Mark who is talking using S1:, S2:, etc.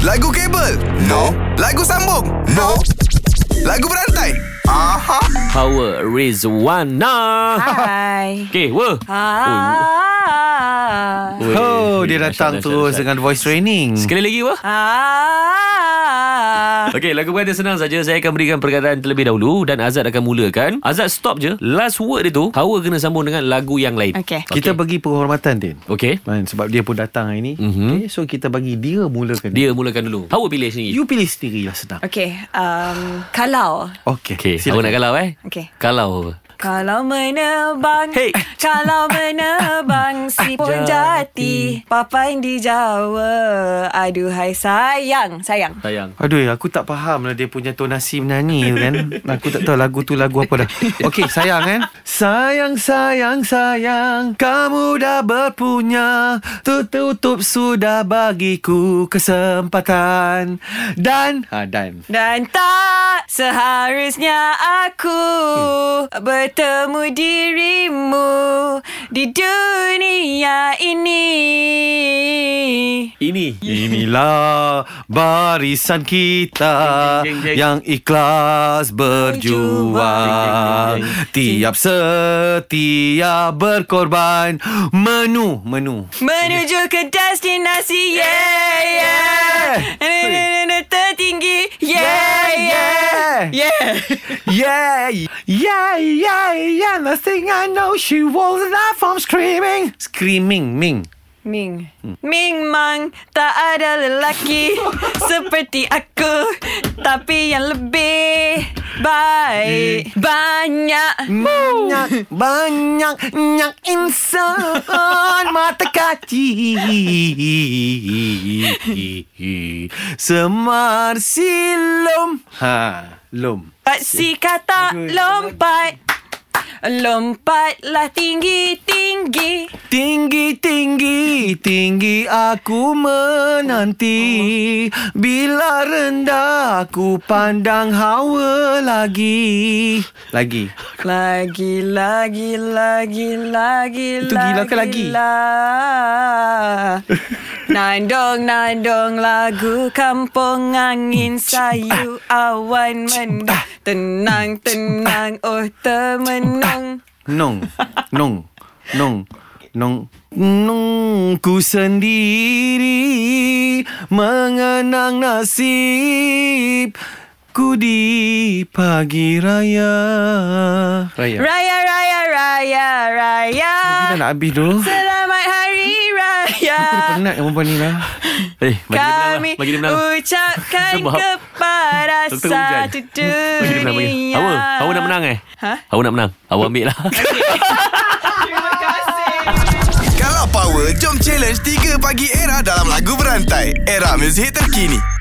S1: Lagu kabel? No. Lagu sambung? No. Lagu berantai? Aha.
S2: Power Rizwana
S3: Hai.
S2: Okay, wah
S3: Ah.
S2: Weh,
S4: Oh,
S2: weh,
S4: dia
S2: dahsyat,
S4: datang
S2: dahsyat,
S4: terus
S2: dahsyat.
S4: dengan voice training.
S2: Sekali lagi wah
S3: Ah.
S2: Okey, lagu berada senang saja. Saya akan berikan perkataan terlebih dahulu dan Azad akan mulakan. Azad stop je. Last word dia tu, Hawa kena sambung dengan lagu yang lain.
S3: Okey.
S4: Kita bagi penghormatan, Din.
S2: Okey.
S4: Man, sebab dia pun datang hari ni.
S2: Mhm.
S4: Okay, so kita bagi dia mulakan.
S2: Dia mulakan dulu. Hawa pilih sendiri.
S4: You pilih sendiri lah senang.
S3: Okey, um, kalau
S4: Okay.
S2: Okey, Hawa nak
S4: silakan.
S2: kalau eh?
S3: Okey.
S2: Kalau Hawa.
S3: kalau menerbang
S2: Hey.
S3: Kalau menerbang Si pun jati Papan di Jawa Aduhai sayang Sayang
S2: Sayang.
S4: Aduh, aku tak faham lah dia punya tonasi menyanyi tu kan. Aku tak tahu lagu tu lagu apa dah. Okey, sayang kan? Sayang, sayang, sayang. Kamu dah berpunya. Tertutup sudah bagiku kesempatan. Dan... Ha, dan.
S3: Dan tak seharusnya aku bertemu dirimu di dunia ini.
S2: Ini.
S4: Inilah barisan kita
S2: Jeng, jeng, jeng, jeng.
S4: yang ikhlas berjuang.
S2: Jeng, jeng, jeng,
S4: Tiap setia berkorban. Menu, menu.
S3: Menuju ke destinasi Yeah yeah Na- na- na- na- Tertinggi Yeah yeah Yeah
S4: Yeah, yeah, yeah, yeah. Last thing I know, she was alive from screaming. Screaming, Ming.
S3: Ming Hmm. Ming Mang Tak ada lelaki Seperti aku Tapi yang lebih Baik Banyak Hmm.
S4: Banyak, banyak, banyak insan mata kaci. Semar silum. Ha, lum.
S3: Lompat si kata lompat Lompatlah tinggi-tinggi
S4: Tinggi, tinggi, tinggi aku menanti Bila rendah aku pandang hawa lagi Lagi
S3: Lagi, lagi, lagi, lagi
S4: Itu gila ke lagi?
S3: lah. Nandong, nandong lagu Kampung
S2: Hmm,
S3: angin sayu
S2: ah,
S3: Awan mendung Tenang, tenang Oh termenung
S4: Nong Nong Nong Nong Nong ku sendiri Mengenang nasib Ku di pagi raya
S2: Ya.
S4: Raya
S3: Raya, raya, raya, raya
S4: Kita nak habis dulu
S3: Selamat Hari Raya
S4: Penat yang perempuan ni lah
S2: Eh, bagi dia menang lah.
S3: Kami
S2: Bagi dia menang lah.
S3: ucapkan
S2: Sebab
S3: kepada
S2: Tentu hujan.
S3: satu
S2: Bagi dia
S3: dunia.
S2: menang. Bagi. Hawa, Hawa nak menang eh?
S3: Ha?
S2: Hawa nak menang. Hawa ambil lah.
S1: Kalau power, jom challenge 3 pagi era dalam lagu berantai. Era muzik terkini.